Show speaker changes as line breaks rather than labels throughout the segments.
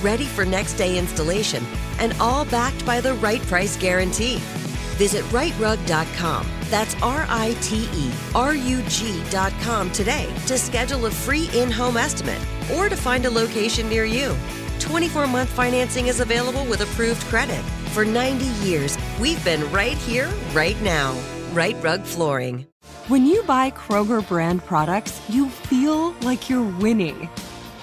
ready for next day installation, and all backed by the right price guarantee. Visit rightrug.com. That's R I T E R U G.com today to schedule a free in home estimate or to find a location near you. 24 month financing is available with approved credit. For 90 years, we've been right here, right now. Right Rug Flooring.
When you buy Kroger brand products, you feel like you're winning.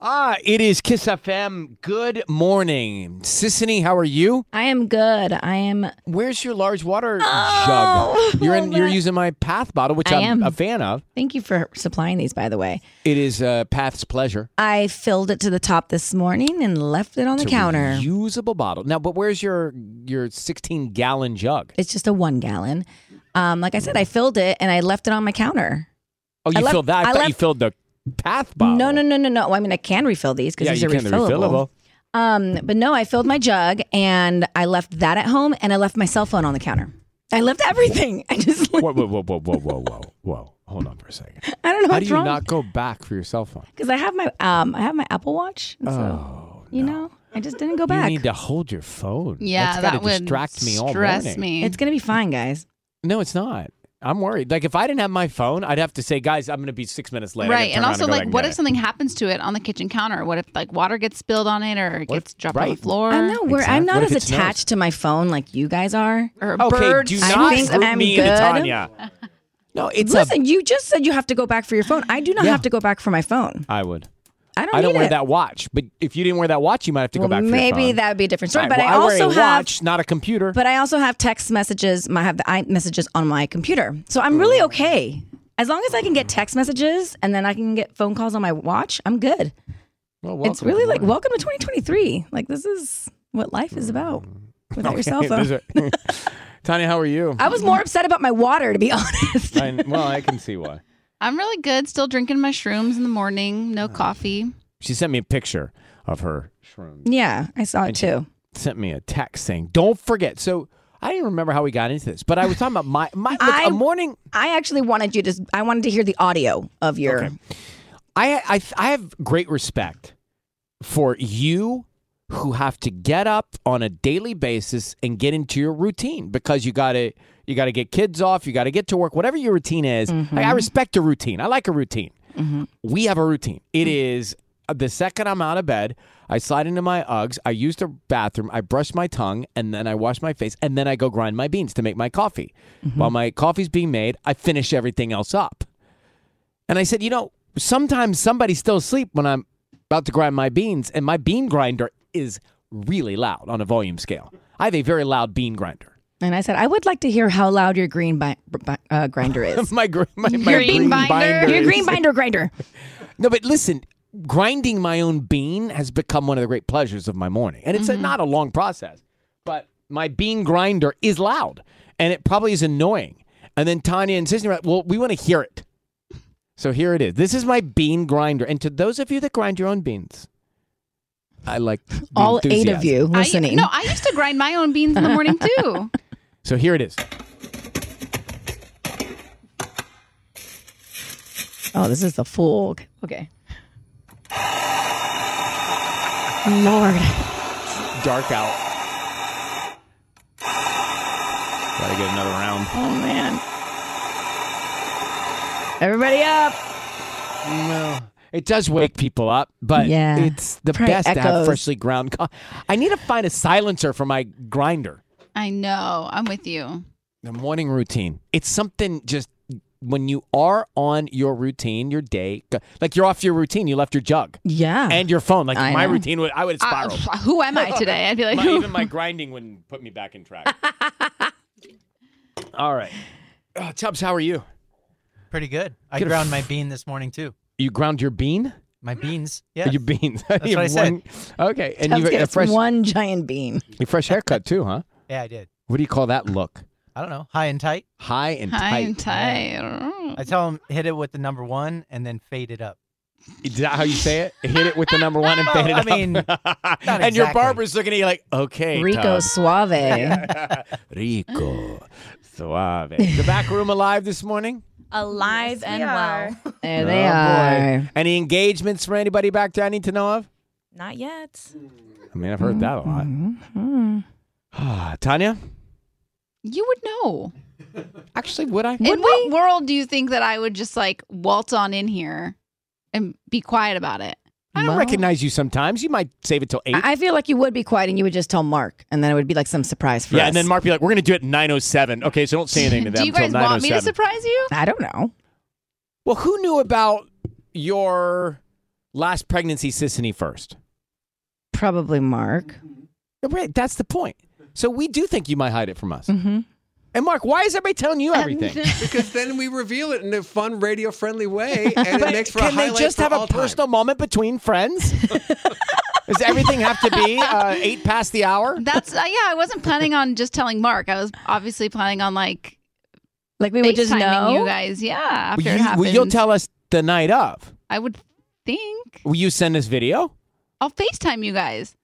Ah, it is Kiss FM. Good morning. Sissany, how are you?
I am good. I am.
Where's your large water
Oh,
jug? You're in,
well,
you're
that-
using my Path bottle, which
I
I'm
am.
a fan of.
Thank you for supplying these, by the way.
It is uh, Path's pleasure.
I filled it to the top this morning and left it on the
It's a
counter.
Reusable bottle. Now, but where's your your 16 gallon jug?
it's just a one gallon. Um, like I said, I filled it and I left it on my counter.
Oh, you
I left-
filled that. I,
I
thought you
left-
filled the Path bottle.
No, no, no, no, no. Well, I mean, I can refill these because
Yeah,
these
you
are
can. They're refillable.
refillable. Um, but no, I filled my jug and I left that at home and I left my cell phone on the counter. I left everything. I just,
Whoa, whoa, whoa, whoa, whoa, whoa, whoa, whoa. Hold on for a second.
I don't know
How
what's
do you
wrong.
not go back for your cell phone?
Because I have my, um, I have my Apple Watch. And so,
Oh,
you know, I just didn't go back.
You need to hold your phone.
Yeah,
That's gotta
that would
distract me all
stress
morning.
me.
it's gonna be fine, guys.
No, it's not. I'm worried. Like if I didn't have my phone, I'd have to say, guys, I'm going to be six minutes late. I gotta
right,
turn
and
around
also
go back
like,
and
what
get
if
it.
something happens to it on the kitchen counter? What if like water gets spilled on it or it
What if-
gets dropped on
right.
the floor?
I'm not worried. I'm
Exact-
not
what if
as
it snows?
attached to my phone like you guys are.
Or a
Okay,
bird
do
I
not
think
group
I'm
me into
good.
Tanya. No, it's a.
Listen, you just said you have to go back for your phone. I do not
Yeah.
have to go back for my phone.
I would.
I don't.
I don't
need
wear
it.
that watch. But if you didn't wear that watch, you might have to go
Well,
back. For
maybe
your phone.
that would be a different story.
All right,
but
well,
I
wear
also
a
have.
watch, not a computer.
But I also have text messages. I have the i messages on my computer, so I'm
Mm.
really okay. As long as I can get text messages and then I can get phone calls on my watch, I'm good.
Well,
it's
welcome
really
to
like
life.
welcome to 2023. Like this is what life is about without your cell
Okay,
phone.
these are- Tanya, how are you?
I was more upset about my water, to be honest.
I- well, I can see why.
I'm really good. Still drinking my shrooms in the morning.
Oh.
No coffee.
She sent me a picture of her shrooms.
yeah, I saw it too.
sent me a text saying, "Don't forget." So I didn't remember how we got into this, but I was talking about my my look,
I-
a morning.
I actually wanted you to. I wanted to hear the audio of your.
Okay. I I I have great respect for you who have to get up on a daily basis and get into your routine because you got to you got to get kids off, you got to get to work, whatever your routine is. Like, I respect a routine. I like a routine. We have a routine. It is uh, the second I'm out of bed, I slide into my Uggs, I use the bathroom, I brush my tongue, and then I wash my face, and then I go grind my beans to make my coffee. While my coffee's being made, I finish everything else up. And I said, you know, sometimes somebody's still asleep when I'm about to grind my beans, and my bean grinder is really loud on a volume scale. I have a very loud bean grinder.
And I said, I would like to hear how loud your green bi- bi- uh, grinder is.
My, gr- my, my
Green binder.
your
is-
green binder grinder.
No, but listen, grinding my own bean has become one of the great pleasures of my morning. And
Mm-hmm.
it's a, not a long process, but my bean grinder is loud and it probably is annoying. And then Tanya and Sisney were like, well, we want to hear it. So here it is. This is my bean grinder. And to those of you that grind your own beans, I like the
All eight of
enthusiasm.
you
I-
listening.
no, I used to grind my own beans in the morning too.
So here it is.
oh, this is the full. Okay. Lord.
Dark out. Gotta get another round.
Oh man. Everybody up.
No. It does wake people up, but
Yeah.
it's the
Probably
best to have
echoes.
freshly ground. Co- I need to find a silencer for my grinder.
I know. I'm with you.
The morning routine. It's something just when you are on your routine, your day, go- like you're off your routine, you left your jug
Yeah.
and your phone. Like
I
my
know.
routine would, I would
Uh,
spiral.
pff, who am I today? I'd be like,
My- even my grinding wouldn't put me back in track. All right. Uh, Tubbs, how are you?
Pretty good. I
Get a
ground my
f-
bean this morning too.
You ground your bean?
My beans. Yeah.
Your beans.
That's what I said.
Okay. And
Tubbs
you a
gets
fresh,
one giant bean.
a fresh haircut too, huh?
Yeah, I did.
What do you call that look?
I don't know. High and tight.
High and
Hi,
tight.
I'm tired.
I tell him hit it with the number one and then fade it up.
Is that how you say it? Hit it with the number one and
Well,
fade it
I
up.
mean,
and
not
your
exactly.
barber's looking at you like, okay,
Rico
Tubbs.
Suave.
Rico, suave. The back room alive this morning.
Alive and well.
There they
Oh, boy.
are.
Any engagements for anybody back there I need to know of?
Not yet.
I mean, I've heard that a lot. Ah, Tanya,
You would know.
actually, would I?
in what world do you think that I would just like waltz on in here and be quiet about it?
I don't
Well-
recognize you sometimes. You might save it till eight.
I I feel like you would be quiet and you would just tell Mark, and then it would be like some surprise for
yeah,
us.
and then Mark be like, "We're gonna do it at nine oh seven. Okay, so don't say anything to them
do you guys
till nine oh
want me to
seven.
surprise you?
I don't know.
Well, who knew about your last pregnancy, Sissany, first?
Probably Mark.
Yeah, Right, that's the point. So we do think you might hide it from us.
Mm-hmm.
And Mark, why is everybody telling you everything?
because then we reveal it in a fun, radio friendly way, and it makes for a
Can they
highlight
just
for
have a
all time.
personal moment between friends? Does everything have to be uh, eight past the hour?
That's uh, yeah. I wasn't planning on just telling Mark. I was obviously planning on like
Like we would just
FaceTiming
know.
you guys. Yeah,
Will
after
you,
it happens,
will you'll tell us the night of.
I would think
Will you send us video?
I'll Facetime you guys.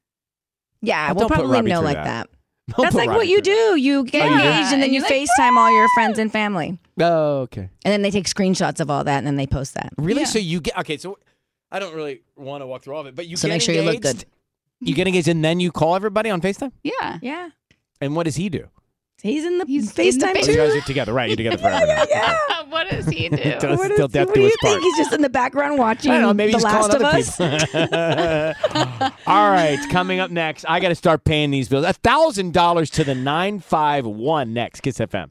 yeah,
Well,
we'll
don't put
probably
Robbie
know
through
like
that.
that.
Don't
That's
put
like
Robbie
what you
through
do. You get
Oh, you do?
engaged and then
And
you
you're like,
FaceTime all your friends and family.
that. Oh, okay.
And then they take screenshots of all that and then they post that.
Really?
Yeah.
So you get okay. So I don't really want to walk through all of it, but you
So
get
make sure you look
engaged-
good.
You get engaged, and then you call everybody on Facetime.
Yeah,
Yeah.
And what does he do?
He's in the
He's in the
FaceTime
face-
Oh, you
too.
guys are together, right? You're together forever. now.
what does he do?
Till us-
What
till
is-
death
what
do
do
us
you
part.
think? He's just in the background watching
I don't know. Maybe
The
he's
Last of
calling other
Us.
people. All right, coming up next, I got to start paying these bills. A thousand dollars to the nine five one next. Kiss FM.